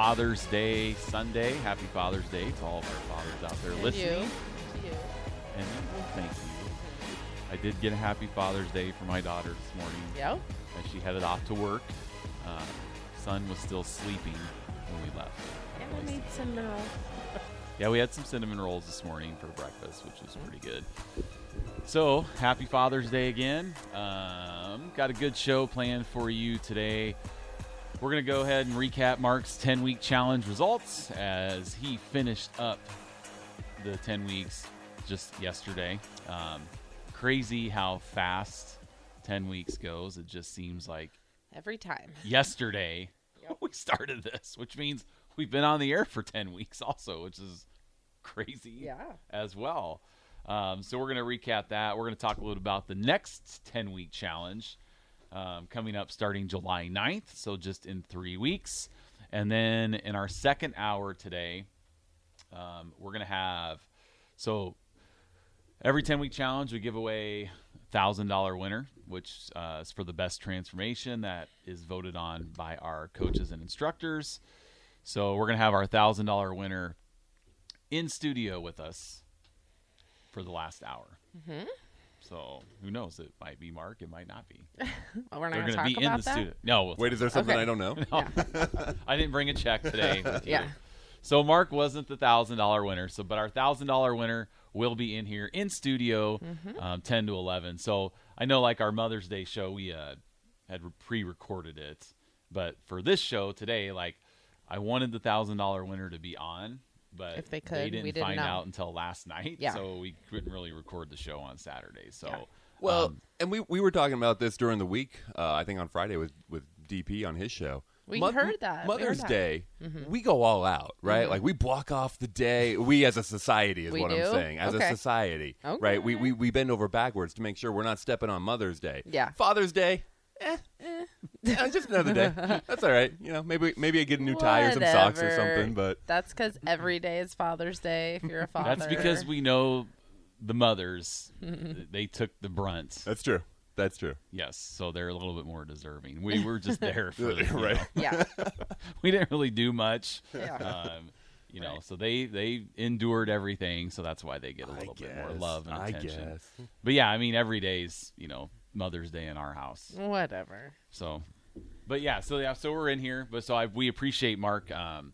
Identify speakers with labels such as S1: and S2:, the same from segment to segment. S1: Father's Day Sunday. Happy Father's Day to all of our fathers out there
S2: And
S1: listening.
S2: you. To you.
S1: And you, well, thank you. I did get a happy Father's Day for my daughter this morning
S2: Yeah.
S1: as she headed off to work. Uh, son was still sleeping when we left.
S2: And I made some rolls.
S1: Yeah, we had some cinnamon rolls this morning for breakfast, which was pretty good. So, happy Father's Day again. Um, got a good show planned for you today. We're going to go ahead and recap Mark's 10 week challenge results as he finished up the 10 weeks just yesterday. Um, crazy how fast 10 weeks goes. It just seems like
S2: Every time.
S1: yesterday
S2: Yep.
S1: we started this, which means we've been on the air for 10 weeks also, which is crazy
S2: Yeah.
S1: as well. Um, so we're going to recap that. We're going to talk a little about the next 10 week challenge um, coming up starting July 9th. So just in three weeks. And then in our second hour today, um, we're going to have so every 10 week challenge, we give away $1,000 winner, which uh, is for the best transformation that is voted on by our coaches and instructors. So we're going to have our $1,000 winner in studio with us for the last hour.
S2: Mm-hmm.
S1: So who knows? It might be Mark. It might not be.
S2: Well, we're
S1: They're
S2: not going to
S1: gonna
S2: talk
S1: be
S2: about
S1: in the
S2: that.
S1: studio. No,
S3: Wait, is there something
S2: Okay.
S3: I don't know?
S2: Yeah.
S1: I didn't bring a check today. with you.
S2: yeah.
S1: So Mark wasn't the thousand dollar winner. So, but our thousand dollar winner will be in here in studio,
S2: Mm-hmm.
S1: um, ten to eleven. So I know, like our Mother's Day show, we uh, had pre-recorded it, but for this show today, like I wanted the thousand dollar winner to be on, but
S2: If they could, we
S1: didn't,
S2: didn't
S1: find
S2: know.
S1: out until last night.
S2: Yeah.
S1: So we couldn't really record the show on Saturday. So.
S2: Yeah.
S3: Well,
S1: um,
S3: and we, we were talking about this during the week. Uh, I think on Friday with with DP on his show.
S2: We
S3: Mo-
S2: heard that. We heard
S3: Mother's
S2: that. Mm-hmm.
S3: Day, we go all out, right? Like we block off the day. We as a society is
S2: We
S3: what
S2: do?
S3: I'm saying. As
S2: Okay.
S3: a society,
S2: Okay.
S3: right? We, we we bend over backwards to make sure we're not stepping on Mother's Day.
S2: Yeah.
S3: Father's Day. Eh, eh. just another day. That's all right. You know, maybe maybe I get a new tie or some socks or
S2: Whatever.
S3: something. But
S2: That's because every day is Father's Day if you're a father.
S1: that's because we know the mothers. they took the brunt.
S3: that's true. That's true.
S1: Yes, so they're a little bit more deserving. We were just there for the, you
S3: Right.
S1: know,
S2: Yeah.
S1: we didn't really do much.
S2: Yeah.
S1: Um, you know, so they they endured everything, so that's why they get a little bit more
S3: guess.
S1: love and
S3: I
S1: attention.
S3: guess.
S1: But yeah, I mean, every day's you know Mother's Day in our house.
S2: Whatever.
S1: So, but yeah, so yeah, so we're in here. But so I we appreciate Mark um,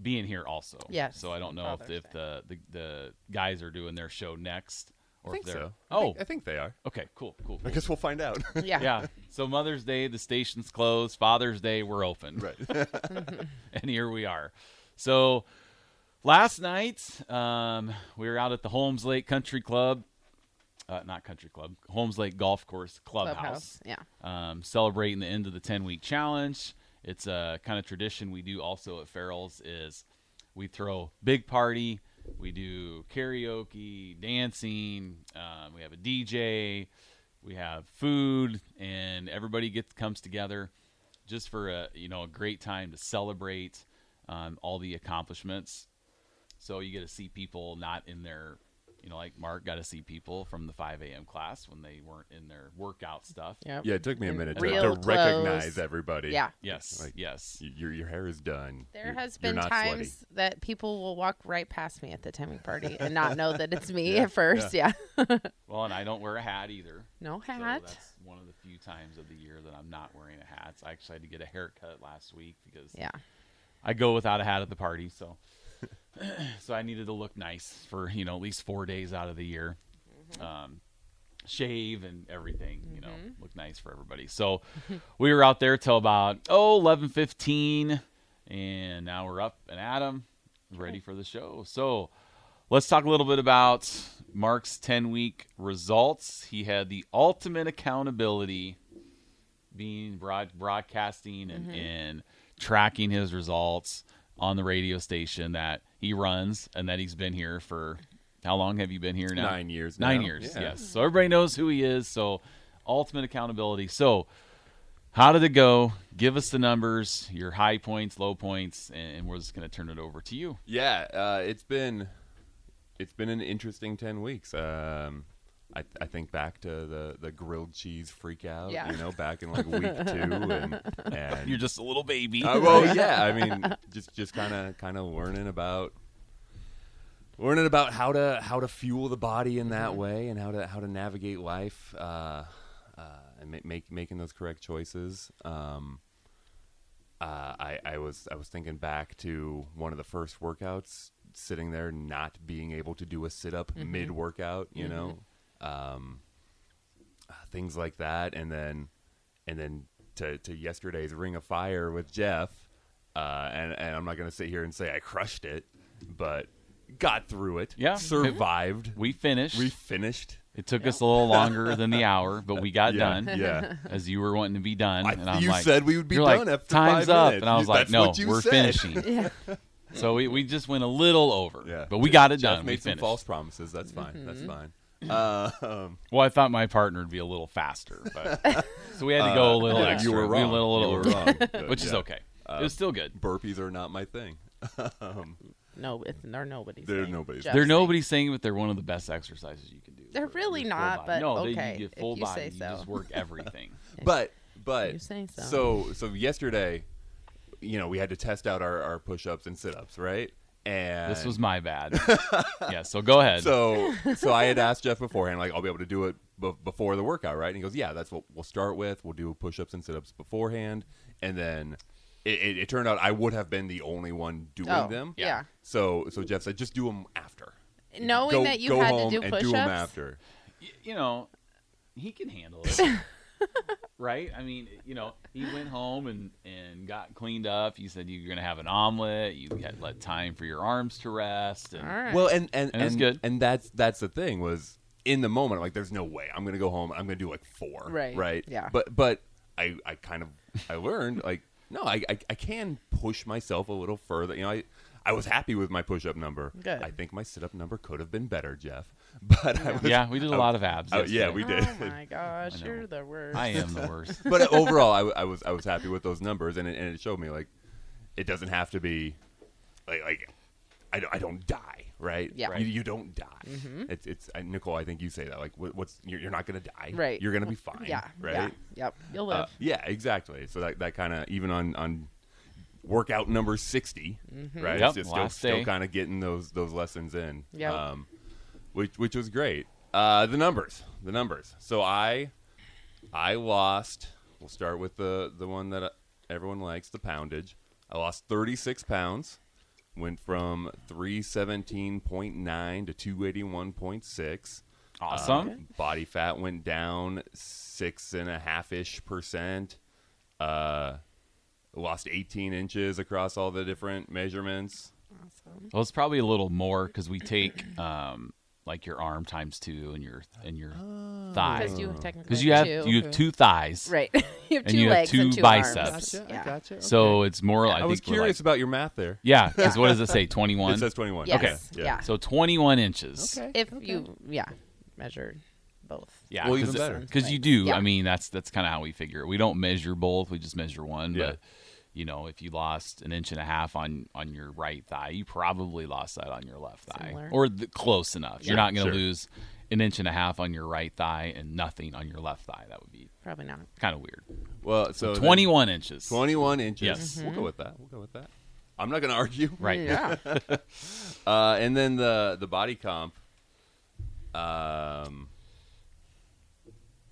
S1: being here also.
S2: Yes,
S1: So I don't know if,
S2: Father's
S1: if the, the the guys are doing their show next or
S3: I think
S1: if they're
S3: so. I
S1: oh
S3: think, uh, I think they are.
S1: okay cool cool.
S3: I
S1: cool.
S3: guess we'll find out.
S2: Yeah.
S1: yeah. So Mother's Day, the station's closed. Father's Day, we're open.
S3: right.
S1: and here we are. So last night, um, we were out at the Holmes Lake Country Club, uh, not Country Club, Holmes Lake Golf Course Clubhouse,
S2: Clubhouse. Yeah.
S1: um, celebrating the end of the 10 week challenge. It's a kind of tradition we do also at Farrell's is we throw big party, we do karaoke, dancing, um, we have a DJ, we have food, and everybody gets comes together just for a you know a great time to celebrate um, all the accomplishments. So you get to see people not in their, you know, like Mark got to see people from the 5 a.m. class when they weren't in their workout stuff.
S2: Yep.
S3: Yeah, it took me a minute to,
S2: Real
S3: to
S2: clothes.
S3: recognize everybody.
S2: Yeah.
S1: Yes.
S3: Like-
S1: yes.
S3: Y- Your, your hair is done.
S2: There
S3: You're-
S2: has
S3: you're
S2: been
S3: not
S2: times that people will walk right past me at the timing party and not know that it's me at first. Yeah.
S1: Well, and I don't wear a hat either.
S2: No
S1: So
S2: hat.
S1: that's one of the few times of the year that I'm not wearing a hat. So I actually had to get a haircut last week because
S2: yeah.
S1: I go without a hat at the party, so so I needed to look nice for you know at least four days out of the year,
S2: Mm-hmm.
S1: um, shave and everything. You know, look nice for everybody. So we were out there till about oh eleven fifteen, and now we're up and at 'em, ready for the show. So let's talk a little bit about Mark's ten week results. He had the ultimate accountability being broad, broadcasting and, and tracking his results on the radio station that he runs and that he's been here for how long have you been here now?
S3: Nine years
S1: Nine
S3: now.
S1: years,
S3: Yeah.
S1: yes. So everybody knows who he is. So ultimate accountability. So how did it go? Give us the numbers, your high points, low points, and, and we're just going to turn it over to you.
S3: Yeah, uh, it's been it's been an interesting ten weeks. Um, I, I think back to the, the grilled cheese freak out,
S2: Yeah.
S3: you know, back in like week two, and, and
S1: You're just a little baby.
S3: Uh, well, yeah. I mean, just just kind of kind of learning about learning about how to how to fuel the body in that way and how to how to navigate life uh, uh, and ma- make making those correct choices. Um, uh, I I was I was thinking back to one of the first workouts, sitting there not being able to do a sit up
S1: Mm-hmm.
S3: mid workout. You know. Um, uh, things like that, and then and then to, to yesterday's Ring of Fire with Jeff, uh, and and I'm not gonna sit here and say I crushed it, but got through it.
S1: Yeah. Mm-hmm.
S3: survived.
S1: we finished.
S3: We finished.
S1: it took us a little longer than the hour, but we got
S3: yeah,
S1: done.
S3: Yeah.
S1: As you were wanting to be done,
S3: I-
S1: Mm, and I'm
S3: you
S1: like,
S3: said we would be
S1: you're
S3: done
S1: like,
S3: after
S1: time's
S3: five
S1: up,
S3: minutes.
S1: and I
S3: You-
S1: was like,
S3: that's
S1: no,
S3: what you
S1: we're
S3: said.
S1: finishing.
S2: Yeah.
S1: So we, we just went a little over,
S3: Yeah,
S1: but we
S3: Jeff-
S1: got it
S3: Jeff
S1: done.
S3: Made
S1: we
S3: some
S1: finished.
S3: false promises. That's fine.
S2: Mm-hmm.
S3: That's fine. Uh, um,
S1: Well, I thought my partner would be a little faster, but so we had to go a little
S3: Uh, yeah,
S1: extra.
S3: You were
S1: We
S3: wrong.
S1: went a little
S3: You were
S1: over,
S3: wrong.
S1: which is
S3: Yeah. Uh,
S1: okay. it was still good.
S3: Burpees are not my thing. um,
S2: No, it's, they're nobody's.
S3: They're
S2: thing.
S3: nobody's
S2: Just
S3: thing.
S1: They're
S2: saying.
S1: nobody's saying, but they're one of the best exercises you can do.
S2: They're
S1: for
S2: really
S1: your full
S2: not,
S1: body.
S2: but
S1: no,
S2: okay,
S1: they, you
S2: if
S1: get full
S2: you
S1: body.
S2: say
S1: You
S2: so.
S1: just work everything.
S3: but but
S2: You say so.
S3: so so yesterday, you know, we had to test out our, our push ups and sit ups, right? And
S1: this was my bad. yeah, so go ahead.
S3: so so I had asked Jeff beforehand, like, I'll be able to do it b- before the workout, right? And he goes, Yeah, that's what we'll start with. We'll do push ups and sit ups beforehand, and then it, it, it turned out I would have been the only one doing
S2: Oh,
S3: them.
S2: yeah.
S3: So so Jeff said, just do them after.
S2: Knowing
S3: go,
S2: that you
S3: go
S2: had
S3: home
S2: to do
S3: and
S2: push-ups.
S3: do them after.
S1: Y- you know, he can handle it. right? I mean, you know, he went home and and got cleaned up. You said you were going to have an omelet. You had let time for your arms to rest and
S2: All right.
S3: Well, and and
S1: And
S3: and,
S1: it's
S3: and,
S1: good.
S3: that's that's the thing was in the moment I'm like, there's no way I'm gonna go home. I'm gonna do like four,
S2: Right,
S3: Right.
S2: yeah.
S3: But but I I kind of I learned like no, I, I I can push myself a little further. You know, I I was happy with my push up number.
S2: Good.
S3: I think my sit up number could have been better, Jeff. But I was
S1: Yeah, we did a lot of abs.
S3: oh,
S1: yesterday.
S3: yeah, we did.
S2: Oh my gosh,
S1: know.
S2: you're the worst.
S1: I am the worst.
S3: but overall, I, w- I was I was happy with those numbers, and it, and it showed me like it doesn't have to be like like I don't, I don't die, right?
S2: Yeah. Mm-hmm.
S3: You, you don't die. It's it's I, Nicole. I think you say that like what, what's you're, you're not gonna die,
S2: Right.
S3: You're gonna be fine,
S2: Yeah.
S3: Right.
S2: Yeah. Yep. You'll
S3: Uh,
S2: live.
S3: yeah, exactly. So that that kind of even on on workout number 60
S2: Mm-hmm.
S3: right?
S1: Yep,
S3: It's just still,
S1: last day.
S3: still kind of getting those those lessons in.
S2: Yep.
S3: Um, which which was great. Uh, the numbers, the numbers. So I I lost. We'll start with the the one that uh, everyone likes, the poundage. I lost 36 pounds. Went from 317.9 to 281.6.
S1: Awesome.
S3: Um, body fat went down six and a half ish percent. Uh, lost 18 inches across all the different measurements.
S2: Awesome.
S1: Well, it's probably a little more because we take um, like your arm times two and your and your
S3: Oh.
S1: thigh
S2: Because
S3: Mm.
S2: you technically
S1: because you have
S2: two.
S1: you have two thighs.
S2: right. you have
S1: and
S2: two
S1: you have
S2: legs
S1: two
S2: and two
S1: biceps.
S2: Arms. Yeah.
S1: So it's more. like
S3: I, was
S1: think we're
S3: curious
S1: Like,
S3: about your math there.
S1: yeah, because what does it say? Twenty
S3: It
S1: one.
S3: says 21.
S2: Yes.
S3: Okay.
S2: Yeah.
S1: So twenty one inches.
S3: Okay.
S2: If you yeah measured both.
S1: Yeah.
S3: Well, even
S1: cause
S3: better.
S1: Because you do.
S2: Yeah.
S1: I mean, that's that's kind of how we figure it. We don't measure both. We just measure one.
S3: Yeah.
S1: But you know, if you lost an inch and a half on on your right thigh, you probably lost that on your left thigh,
S2: Similar.
S1: or th- close enough. You're
S3: Sure,
S1: not going to
S3: sure.
S1: lose an inch and a half on your right thigh and nothing on your left thigh. That would be
S2: Probably not.
S1: kind of weird.
S3: Well, so then
S1: 21 inches.
S3: 21 inches.
S1: Yes.
S3: We'll go with that. We'll go with that. I'm not going to argue.
S1: Right.
S2: Yeah.
S3: Uh, and then the the body comp. Um.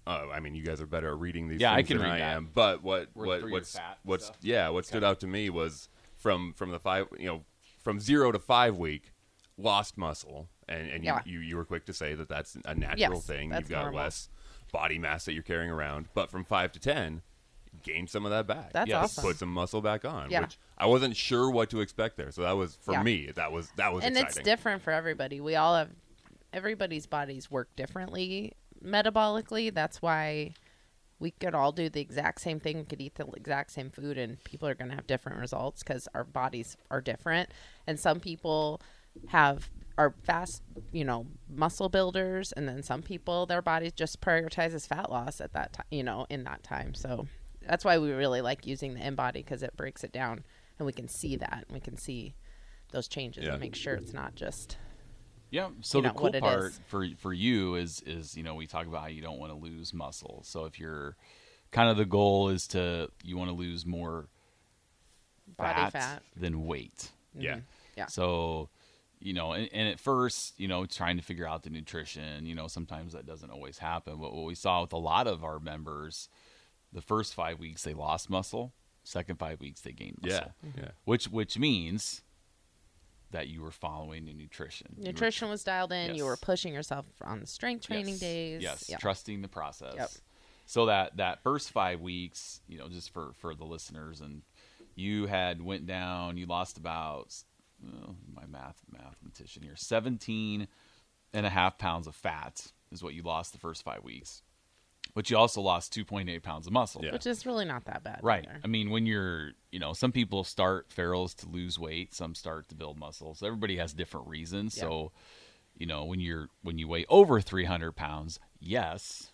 S3: Oh, I mean, you guys are better at reading these.
S1: Yeah, I
S3: things
S1: can
S3: than
S1: read
S3: I
S1: that.
S3: am. But what
S1: We're
S3: what
S1: through your
S3: what's
S1: fat
S3: what's
S1: stuff.
S3: yeah what stood out to me was from from the five you know from zero to five week lost muscle and and
S2: Yeah.
S3: you, you you were quick to say that that's a natural thing.
S2: that's
S3: You've got
S2: normal.
S3: less body mass that you're carrying around. But from five to ten, gain some of that back.
S2: That's
S1: Yes.
S2: awesome.
S3: Put some muscle back on.
S2: Yeah.
S3: Which I wasn't sure what to expect there. So that was for
S2: Yeah.
S3: me. That was that was
S2: and
S3: exciting.
S2: it's different for everybody. We all have everybody's bodies work differently metabolically. That's why we could all do the exact same thing. We could eat the exact same food, and people are going to have different results because our bodies are different. And some people have are fast, you know, muscle builders, and then some people their bodies just prioritizes fat loss at that time, you know, in that time. So that's why we really like using the in body because it breaks it down, and we can see that. We can see those changes
S3: Yeah.
S2: and make sure it's not just
S1: Yeah. So
S2: you
S1: the
S2: know,
S1: cool
S2: what it
S1: part
S2: is.
S1: for for you is is you know we talk about how you don't want to lose muscle. So if you're kind of the goal is to you want to lose more
S2: Body
S1: fat,
S2: fat.
S1: than weight.
S3: Yeah.
S2: Yeah.
S1: So you know, and, and at first, you know, trying to figure out the nutrition, you know, sometimes that doesn't always happen. But what we saw with a lot of our members, the first five weeks they lost muscle, second five weeks they gained muscle.
S3: Yeah. Yeah.
S1: Which which means that you were following the nutrition. You were
S2: Nutrition was dialed in. You
S1: Yes.
S2: were pushing yourself on the strength training
S1: Yes,
S2: days.
S1: Yes,
S2: Yeah.
S1: trusting the process.
S2: Yep.
S1: So that that first five weeks, you know, just for for the listeners, and you had went down. You lost about oh, my math mathematician here 17 and a half pounds of fat is what you lost the first five weeks, but you also lost 2.8 pounds of muscle.
S3: Yeah.
S2: Which is really not that bad.
S1: Right.
S2: either.
S1: I mean, when you're, you know, some people start ferals to lose weight, some start to build muscle. So everybody has different reasons.
S2: Yeah.
S1: So, you know, when you're when you weigh over 300 pounds, yes,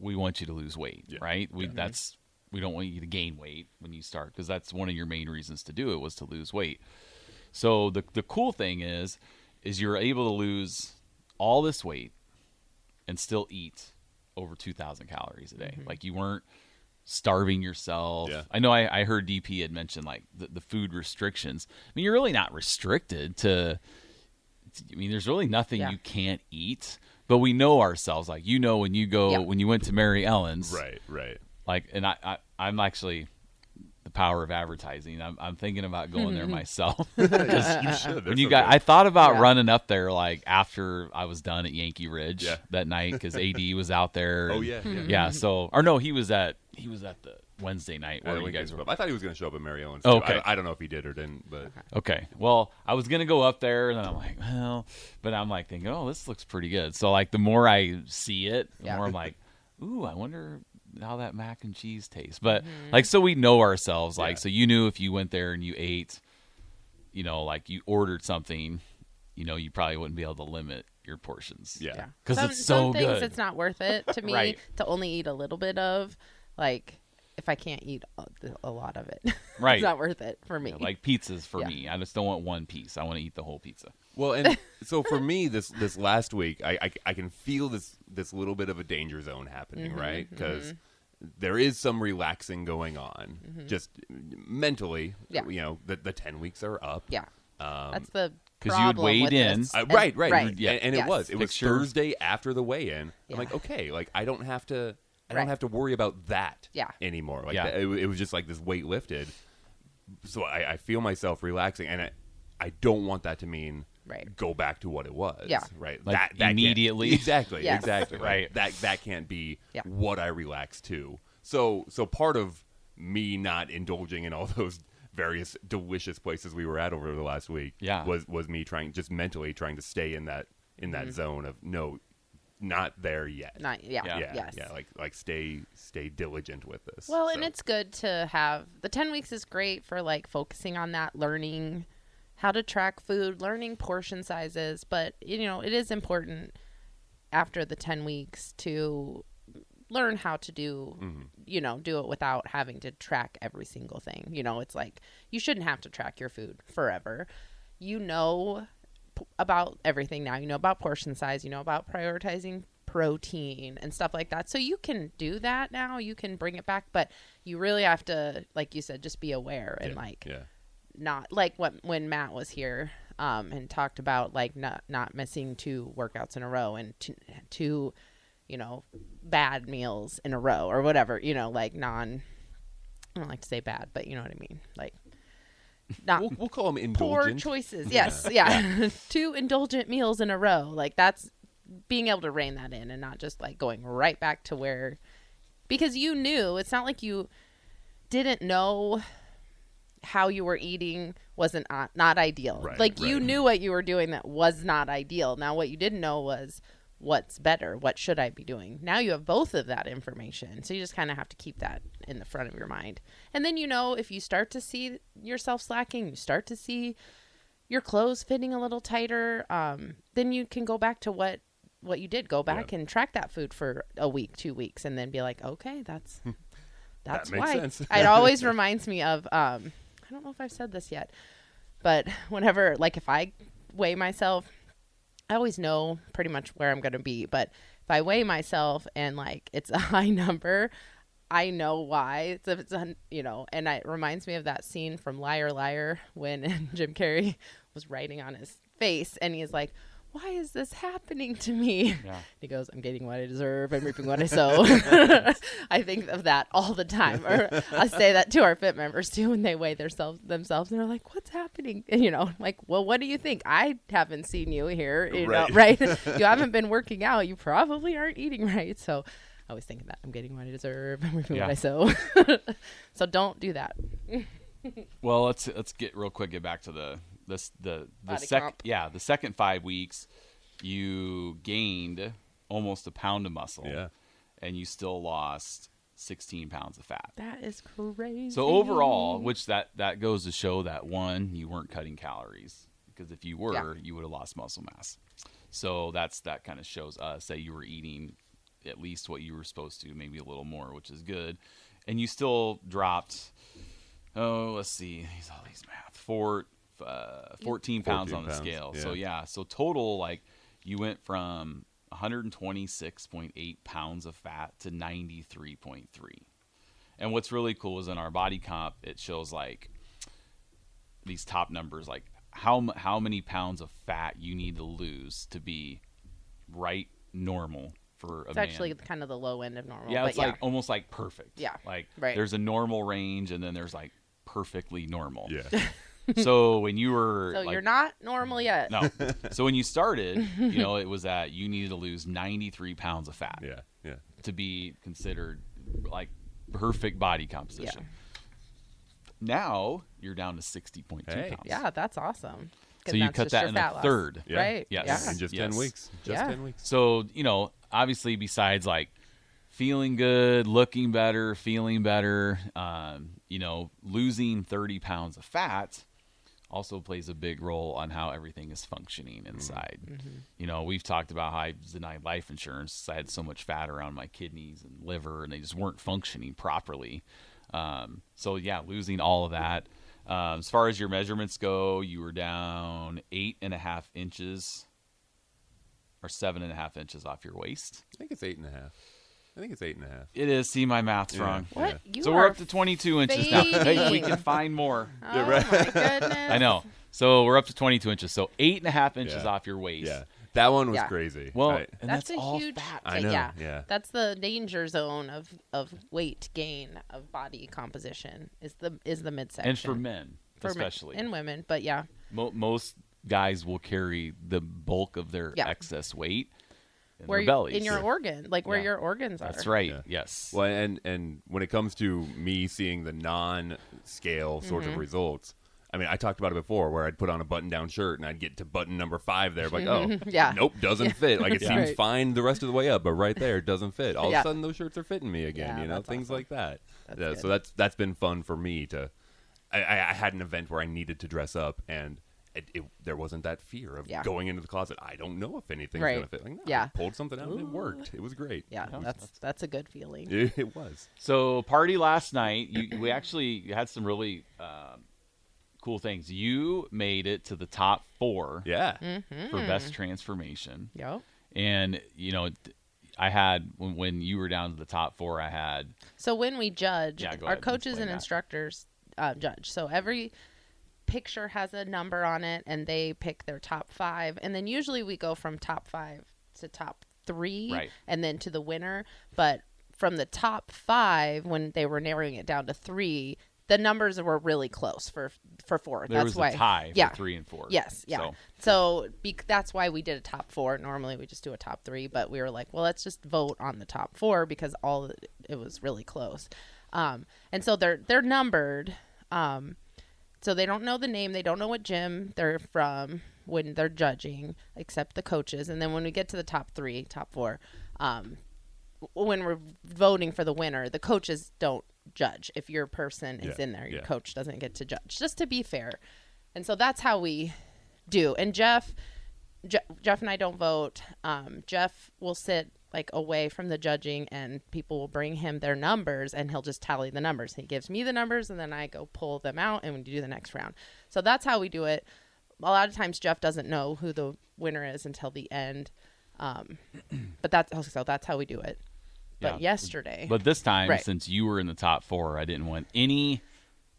S1: we want you to lose weight,
S3: Yeah.
S1: right? We that's we don't want you to gain weight when you start because that's one of your main reasons to do it was to lose weight. So the the cool thing is is you're able to lose all this weight and still eat over 2000 calories a day. Like you weren't starving yourself.
S3: Yeah.
S1: I know I, I heard DP had mentioned like the, the food restrictions. I mean, you're really not restricted to, I mean, there's really nothing
S2: Yeah.
S1: you can't eat, but we know ourselves. Like, you know, when you go,
S2: Yeah.
S1: when you went to Mary Ellen's,
S3: Right. Right.
S1: like, and I, I I'm actually the power of advertising. I'm, I'm thinking about going there myself.
S3: Yes, you should.
S1: when
S3: That's
S1: you got,
S3: okay.
S1: I thought about
S2: Yeah.
S1: running up there like after I was done at Yankee Ridge
S3: Yeah.
S1: that night because AD was out there.
S3: Oh
S1: and-
S3: yeah. Yeah.
S1: yeah. So, or no, he was at he was at the Wednesday night
S3: I,
S1: where
S3: don't
S1: you
S3: think he
S1: guys
S3: was-
S1: were.
S3: I thought he was going to show up at Mary Owens.
S1: Oh,
S3: too.
S1: okay.
S3: I, I don't know if he did or didn't, but
S1: Okay. Well, I was gonna go up there, and then I'm like, well, but I'm like thinking, oh, this looks pretty good. So like, the more I see it, the
S2: Yeah.
S1: more I'm like, ooh, I wonder how that mac and cheese tastes. But
S2: Mm-hmm.
S1: like, so we know ourselves. Like,
S3: Yeah.
S1: so you knew if you went there and you ate, you know, like you ordered something, you know, you probably wouldn't be able to limit your portions.
S3: yeah.
S2: Yeah.
S1: 'Cause
S2: Some-
S1: it's
S2: some
S1: so
S2: things
S1: good.
S2: it's not worth it to me
S1: Right.
S2: to only eat a little bit of. Like if I can't eat a- a lot of it,
S1: Right.
S2: it's not worth it for me.
S1: You know, like pizzas for
S2: Yeah.
S1: me. I just don't want one piece. I want to eat the whole pizza.
S3: Well, and so for me, this this last week, I I, I can feel this this little bit of a danger zone happening, right? 'Cause right? Because there is some relaxing going on, just mm, mentally.
S2: Yeah.
S3: You know, the the ten weeks are up.
S2: yeah, that's the
S1: um, 'cause you would
S2: problem
S1: wade
S2: with
S1: in.
S2: this.
S3: I-
S2: And-
S3: right, right,
S2: right.
S1: Yeah.
S3: And, and
S2: Yes.
S3: it was it was
S1: Picture-
S3: Thursday after the weigh-in.
S2: Yeah.
S3: I'm like, okay, like I don't have to, I
S2: Right.
S3: don't have to worry about that
S2: Yeah.
S3: anymore. Like
S1: Yeah.
S3: that, it, wa- it was just like this weight lifted, so I, I feel myself relaxing, and I, I don't want that to mean
S2: Right.
S3: go back to what it was.
S2: Yeah.
S3: right.
S1: Like,
S3: that, that can't-
S1: immediately.
S3: exactly,
S2: Yes.
S3: exactly. Like,
S1: Right.
S3: that that can't be
S2: Yeah.
S3: what I relax to. So so part of me not indulging in all those various delicious places we were at over the last week
S1: Yeah.
S3: was was me trying just mentally trying to stay in that in that zone of no not there yet
S2: Mm-hmm. Not yeah,
S1: Yeah.
S3: yeah
S2: yes.
S3: yeah like like stay stay diligent with this
S2: Well, and
S3: So,
S2: it's good to have the 10 weeks is great for like focusing on that learning how to track food, learning portion sizes, but you know, it is important after the 10 weeks to learn how to do you know, do it without having to track every single thing. You know, it's like you shouldn't have to track your food forever. You know p- about everything now. You know about portion size, you know about prioritizing protein and stuff like that. So you can do that now. You can bring it back, but you really have to like you said just be aware and
S3: yeah,
S2: like
S3: yeah
S2: not like what when Matt was here um and talked about like not not missing two workouts in a row and two, two you know bad meals in a row or whatever, you know, like non I don't like to say bad, but you know what I mean. Like not
S3: we'll, we'll call them
S2: poor
S3: indulgent
S2: choices. Yes, yeah. Two indulgent meals in a row. Like that's being able to rein that in and not just like going right back to where because you knew it's not like you didn't know how you were eating wasn't uh, not ideal.
S3: Right,
S2: like you
S3: right.
S2: knew what you were doing that was not ideal. Now what you didn't know was what's better, what should I be doing? Now you have both of that information. So you just kind of have to keep that in the front of your mind. And then you know if you start to see yourself slacking, you start to see your clothes fitting a little tighter, um, then you can go back to what what you did. Go back and track that food for a week, two weeks, and then be like, okay, that's that's
S3: Hmm. makes
S2: why.
S3: sense.
S2: it always reminds me of um, I don't know if I've said this yet, but whenever like if I weigh myself I always know pretty much where I'm going to be, but if I weigh myself and like it's a high number, I know why. It's, it's un, you know, and it reminds me of that scene from Liar Liar when Jim Carrey was writing on his face and he's like, "Why is this happening to me?"
S1: Yeah.
S2: He goes, "I'm getting what I deserve. I'm reaping what I sow." I think of that all the time, or I say that to our fit members too when they weigh themselves themselves and they're like, "What's happening?" And, you know, I'm like, "Well, what do you think? I haven't seen you here, you
S3: Right.
S2: know, right? you haven't been working out. You probably aren't eating right." So. I always think of that. I'm getting what I deserve. I'm reaping
S1: Yeah.
S2: what I sow. so don't do that.
S1: Well, let's let's get real quick. Get back to the this the the
S2: Body
S1: second
S2: comp.
S1: yeah the second five weeks you gained almost a pound of muscle.
S3: Yeah.
S1: and you still lost sixteen pounds of fat.
S2: That is crazy.
S1: So overall, which that that goes to show that one, you weren't cutting calories because if you were, you would have lost muscle mass. So that's that kind of shows us that you were eating at least what you were supposed to, maybe a little more, which is good. And you still dropped. Oh, let's see. These all these math. Four, uh, 14 pounds
S3: 14
S1: on the
S3: pounds,
S1: scale. So
S3: yeah.
S1: yeah. So total, like you went from 126.8 pounds of fat to 93.3. And what's really cool is in our body comp, it shows like these top numbers, like how m- how many pounds of fat you need to lose to be right normal for a
S2: it's
S1: man.
S2: actually kind of the low end of normal.
S1: yeah,
S2: but
S1: it's like almost like perfect.
S2: Yeah,
S1: like
S2: right.
S1: there's a normal range, and then there's like perfectly normal.
S3: Yeah.
S1: So when you were
S2: so
S1: like,
S2: you're not normal yet.
S1: no, so when you started, you know, it was that you needed to lose 93 pounds of fat
S3: Yeah. Yeah.
S1: to be considered like perfect body composition. Now you're down to 60.2
S3: Hey.
S1: pounds.
S2: Yeah, that's awesome. 'Cause
S1: So you
S2: that's
S1: cut
S2: just
S1: that
S2: your
S1: in a
S2: fat loss.
S1: third.
S3: Yeah.
S2: right?
S1: Yes.
S2: Yeah.
S3: In just
S1: Yes.
S3: 10 weeks. Just
S2: Yeah.
S3: 10 weeks.
S1: So, you know, obviously, besides like feeling good, looking better, feeling better, um, you know, losing 30 pounds of fat also plays a big role on how everything is functioning inside. You know, we've talked about how I denied life insurance. I had so much fat around my kidneys and liver, and they just weren't functioning properly. Um, so, yeah, losing all of that. Um, as far as your measurements go, you were down eight and a half inches or seven and a half inches off your waist.
S3: I think it's eight and a half. I think it's eight and a half.
S1: It is. See, my math's
S3: Yeah.
S1: wrong.
S2: What you
S1: so
S2: are?
S1: we're up to 22 inches now. Hey, we
S2: fading.
S1: can find more.
S2: oh my goodness!
S1: I know. So we're up to 22 inches. So eight and a half inches
S3: Yeah.
S1: off your waist.
S3: Yeah. That one was
S2: Yeah.
S3: crazy.
S1: Well,
S3: Right.
S1: and
S2: that's,
S1: that's,
S2: a
S1: all
S2: huge.
S1: fat.
S3: I
S2: so
S3: know,
S2: Yeah.
S3: yeah.
S2: That's the danger zone of of weight gain of body composition is the is the midsection
S1: And for men,
S2: For men
S1: especially.
S2: and women, but yeah,
S1: Mo- most guys will carry the bulk of their
S2: Yeah.
S1: excess weight in
S2: where
S1: their
S2: you-
S1: bellies.
S2: in your organ, like where
S1: Yeah.
S2: your organs are.
S1: That's right.
S3: Yeah.
S1: Yes.
S3: Well, and and when it comes to me seeing the non-scale sort
S2: Mm-hmm.
S3: of results, I mean, I talked about it before, where I'd put on a button-down shirt and I'd get to button number five there, like, oh,
S2: Yeah.
S3: nope, doesn't fit. Like it
S1: Yeah.
S3: seems
S2: Right.
S3: fine the rest of the way up, but right there it doesn't fit. All
S2: Yeah.
S3: of a sudden, those shirts are fitting me again.
S2: Yeah,
S3: you know,
S2: that's
S3: things
S2: awesome.
S3: like that.
S2: That's
S3: Yeah,
S2: good.
S3: so that's that's been fun for me to. I, I I had an event where I needed to dress up and. It, it, there wasn't that fear of
S2: Yeah.
S3: going into the closet. I don't know if anything's
S2: Right.
S3: gonna fit. Like, no, I
S2: Yeah.
S3: pulled something out and
S2: Ooh.
S3: it worked. It was great.
S2: Yeah,
S1: Yeah.
S2: that's that's a good feeling.
S3: it, it was.
S1: So party last night. You, we actually had some really um, cool things. You made it to the top four
S3: Yeah.
S2: Mm-hmm.
S1: for best
S2: Mm.
S1: transformation,
S2: Yep.
S1: and you know, th- I had when, when you were down to the top four, I had
S2: So when we judge,
S1: Yeah, go
S2: our
S1: ahead and
S2: coaches
S1: explain
S2: and
S1: that.
S2: instructors uh, judge. So every picture has a number on it, and they pick their top five. And then usually we go from top five to top three,
S1: Right.
S2: and then to the winner. But from the top five, when they were narrowing it down to three, the numbers were really close for for four.
S1: there
S2: That's
S1: was
S2: why
S1: a tie
S2: yeah.
S1: for three and four.
S2: Yes, yeah.
S1: So,
S2: So, bec that's why we did a top four. Normally we just do a top three, but we were like, well, let's just vote on the top four because all it was really close. Um, and so they're they're numbered. Um, so they don't know the name, they don't know what gym they're from when they're judging, except the coaches. And then when we get to the top three, top four, um, w- when we're voting for the winner, the coaches don't judge. If your person is
S3: Yeah,
S2: in there, your
S3: yeah.
S2: coach doesn't get to judge. Just to be fair, and so that's how we do. And Jeff, Je- Jeff and I don't vote. Um, Jeff will sit like away from the judging, and people will bring him their numbers, and he'll just tally the numbers. He gives me the numbers, and then I go pull them out, and we do the next round. So that's how we do it. A lot of times, Jeff doesn't know who the winter is until the end. Um, but that's so that's how we do it. But
S1: Yeah.
S2: yesterday,
S1: But this time,
S2: Right.
S1: since you were in the top four, I didn't want any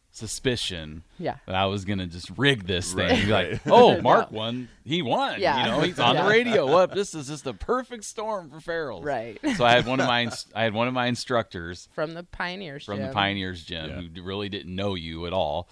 S1: suspicion
S2: yeah,
S1: that I was gonna just rig this thing.
S3: Right,
S1: Be like,
S3: right.
S1: oh, Mark won. He won.
S2: Yeah.
S1: You know, he's on
S2: Yeah.
S1: the radio. Up. This is just the perfect storm for Farrell.
S2: right
S1: So I had one of my inst- I had one of my instructors
S2: from the pioneers
S1: from
S2: gym.
S1: the Pioneers Gym
S3: Yeah.
S1: who d- really didn't know you at all.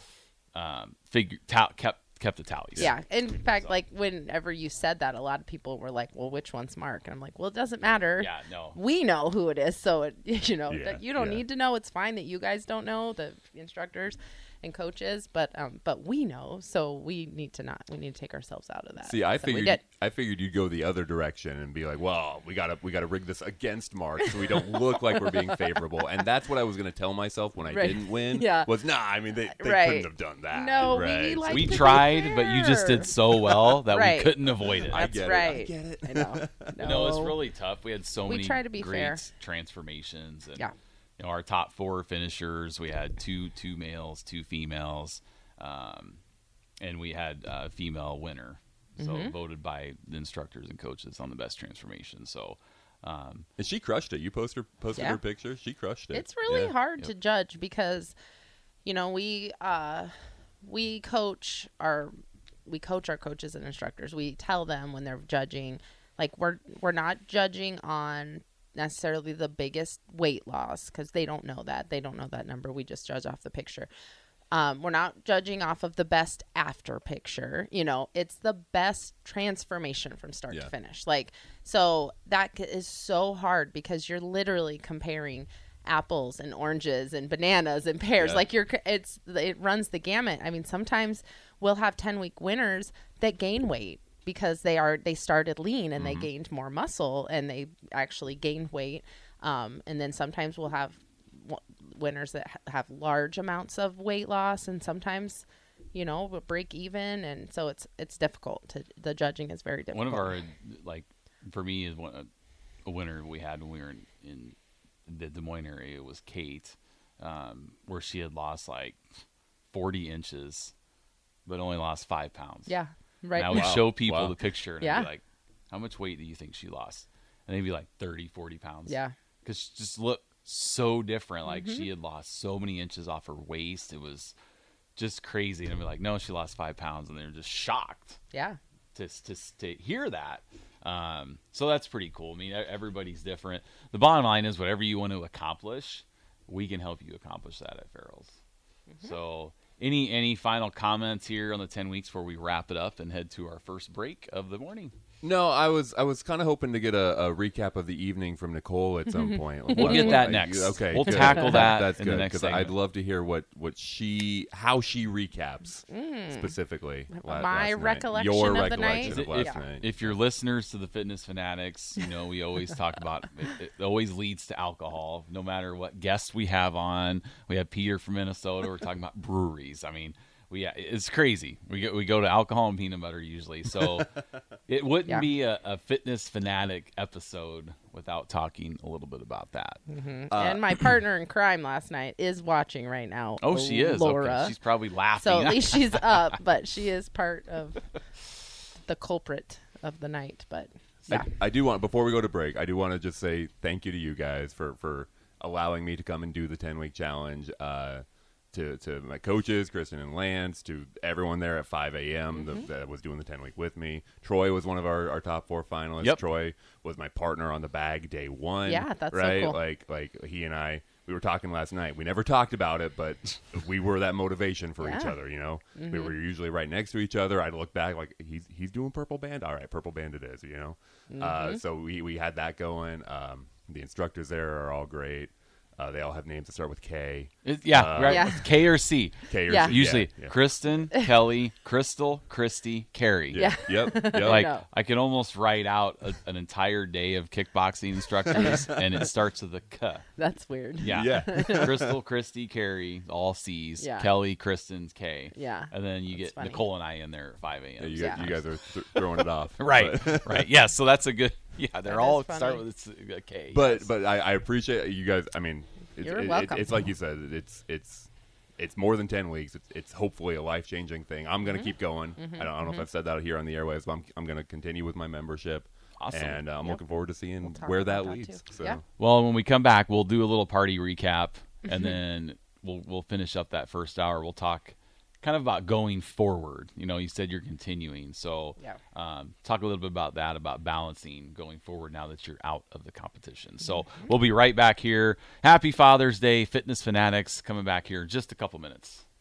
S1: Um, figure tall kept kept the tallies.
S2: Yeah. In fact, like whenever you said that, a lot of people were like, "Well, which one's Mark?" And I'm like, "Well, it doesn't matter.
S1: Yeah. No.
S2: We know who it is, so it, you know
S3: Yeah,
S2: that you don't
S3: yeah.
S2: need to know. It's fine that you guys don't know the instructors and coaches, but um, but we know, so we need to not we need to take ourselves out of that.
S3: See, I
S2: So we
S3: figured
S2: did.
S3: I figured you'd go the other direction and be like, "Well, we gotta we gotta rig this against Mark so we don't look like we're being favorable." And that's what I was gonna tell myself when I
S2: Right.
S3: didn't win.
S2: Yeah.
S3: was nah. I mean, they, they
S2: Right.
S3: couldn't have done that.
S2: No, we
S3: right.
S2: like-
S1: We
S2: to be
S1: tried, but you just
S2: fair.
S1: did so well that
S2: Right.
S1: we couldn't avoid it.
S3: I
S2: That's
S3: get it. I
S2: right.
S3: get it.
S2: I know. No,
S1: No, it's really tough. We had so
S2: We
S1: many
S2: try to be
S1: great
S2: fair.
S1: transformations and
S2: Yeah.
S1: you know, our top four finishers. We had two two males, two females, um, and we had a female winner. So
S2: Mm-hmm.
S1: voted by the instructors and coaches on the best transformation. So um,
S3: and she crushed it. You post her, posted
S2: Yeah.
S3: her picture. She crushed it.
S2: It's really
S3: Yeah.
S2: hard
S1: Yep.
S2: to judge because, you know, we uh, we coach our we coach our coaches and instructors. We tell them when they're judging, like we're we're not judging on necessarily the biggest weight loss because they don't know that they don't know that number. We just judge off the picture. Um, we're not judging off of the best after picture. You know, it's the best transformation from start
S3: Yeah.
S2: to finish. Like, so that c- is so hard because you're literally comparing apples and oranges and bananas and pears.
S3: Yeah.
S2: Like, you're, c- it's, it runs the gamut. I mean, sometimes we'll have 10 week winners that gain weight because they are, they started lean
S1: Mm-hmm.
S2: and they gained more muscle and they actually gained weight. Um, and then sometimes we'll have, w- winners that ha- have large amounts of weight loss and sometimes you know will break even and so it's it's difficult to the judging is very difficult
S1: one of our like for me is one a winner we had when we were in, in the Des Moines area was Kate, um, where she had lost like forty inches, but only lost five pounds.
S2: yeah
S1: And I
S2: right
S1: would
S3: Wow.
S1: show people
S3: Wow.
S1: the picture and
S2: Yeah.
S1: I'd be like, how much weight do you think she lost? And they'd be like 30, 40 pounds.
S2: yeah Mm-hmm.
S1: Because she just looked so different. Like she had lost so many inches off her waist. It was just crazy. And I'd be like, no, she lost five pounds. And they're just shocked
S2: yeah
S1: to, to, to hear that. Um, so that's pretty cool. I mean, e- everybody's different. The bottom line is whatever you want to accomplish, we can help you accomplish that at Farrell's. So any any final comments here on the 10 weeks before we wrap it up and head to our first break of the morning?
S3: No, I was I was kind of hoping to get a, a recap of the evening from Nicole at some point. Like,
S1: Mm-hmm. We'll
S3: what-
S1: get that
S3: I-
S1: next.
S3: Okay,
S1: We'll
S3: good.
S1: tackle that
S3: That's
S1: in the
S3: good
S1: next
S3: I'd
S1: segment.
S3: love to hear what what she how she recaps
S1: Mm.
S3: specifically. la-
S2: My
S3: last night.
S2: recollection
S3: your
S2: of the
S3: recollection
S2: night?
S3: of last
S2: Yeah.
S3: night.
S1: If you're listeners to the Fitness Fanatics, you know we always talk about it, it always leads to alcohol. No matter what guests we have on, we have Peter from Minnesota. We're talking about breweries. I mean, we uh, it's crazy. We go, we go to alcohol and peanut butter usually. So it wouldn't
S2: Yeah.
S1: be a, a Fitness Fanatic episode without talking a little bit about that.
S2: Mm-hmm.
S1: Uh,
S2: and my partner in crime last night is watching right now
S1: Oh, she is.
S2: Laura
S1: Okay. She's probably laughing.
S2: so at least she's up but she is part of the culprit of the night but yeah
S3: I, I do want before we go to break. I do want to just say thank you to you guys for for allowing me to come and do the ten week challenge. Uh, to to my coaches, Kristen and Lance, to everyone there at five a.m.
S2: Mm-hmm.
S3: th- that was doing the ten week with me. Troy was one of our, our top four finalists.
S1: Yep.
S3: Troy was my partner on the bag day one.
S2: Yeah, that's so
S3: right.
S2: cool.
S3: Like like he and I. We were talking last night. We never talked about it, but we were that motivation for each
S2: Yeah. Mm-hmm.
S3: other together, you know, we were usually right next to each other. I'd look back like he's he's doing purple band. All right, purple band it is, you know.
S2: Mm-hmm.
S3: Uh, so we we had that going. Um, the instructors there are all great. Uh, they all have names that start with K.
S1: It- yeah,
S3: Uh,
S1: right.
S2: Yeah.
S1: K or C.
S3: K or
S2: Yeah.
S3: Z.
S1: Usually,
S3: yeah,
S1: Kristen, Kelly, Crystal, Christy, Carrie.
S3: yeah. yeah. Yep. Yep.
S1: Like
S2: No.
S1: I could almost write out a, an entire day of kickboxing instructors, and it starts with a K.
S2: that's weird
S1: Yeah,
S3: Yeah.
S1: Crystal, Christy, Carrie, all C's.
S2: Yeah.
S1: Kelly, Kristen's K.
S2: Yeah.
S1: and then you
S2: That's
S1: get
S2: funny.
S1: Nicole and I in there at five a.m.
S3: Yeah, you,
S2: Yeah.
S3: Guys, you guys are th- throwing it off. But-
S1: Right, right. Yeah, so that's a good. Yeah, they're
S2: That
S1: all
S2: is funny.
S1: start with a K.
S3: but
S1: yes.
S3: but I, I appreciate you guys. I mean, it's,
S2: You're
S3: it- it-
S2: welcome.
S3: it's like you said. It's it's it's more than 10 weeks. It's, it's hopefully a life changing thing. I'm
S2: Mm-hmm.
S3: going to keep going. I don't, I don't know if I've said that here on the airways, but I'm, I'm going to continue with my membership.
S1: Awesome.
S3: And uh, I'm
S2: Yep.
S3: looking forward to seeing
S2: talk
S3: where
S2: about
S3: that
S2: that
S3: leads.
S2: too.
S3: So,
S2: Yeah.
S1: Well, when we come back, we'll do a little party recap, and then we'll we'll finish up that first hour. We'll talk kind of about going forward. You know, you said you're continuing, so
S2: Yeah.
S1: um, talk a little bit about that, about balancing going forward now that you're out of the competition. So we'll be right back here. Happy Father's Day, fitness fanatics, coming back here in just a couple minutes.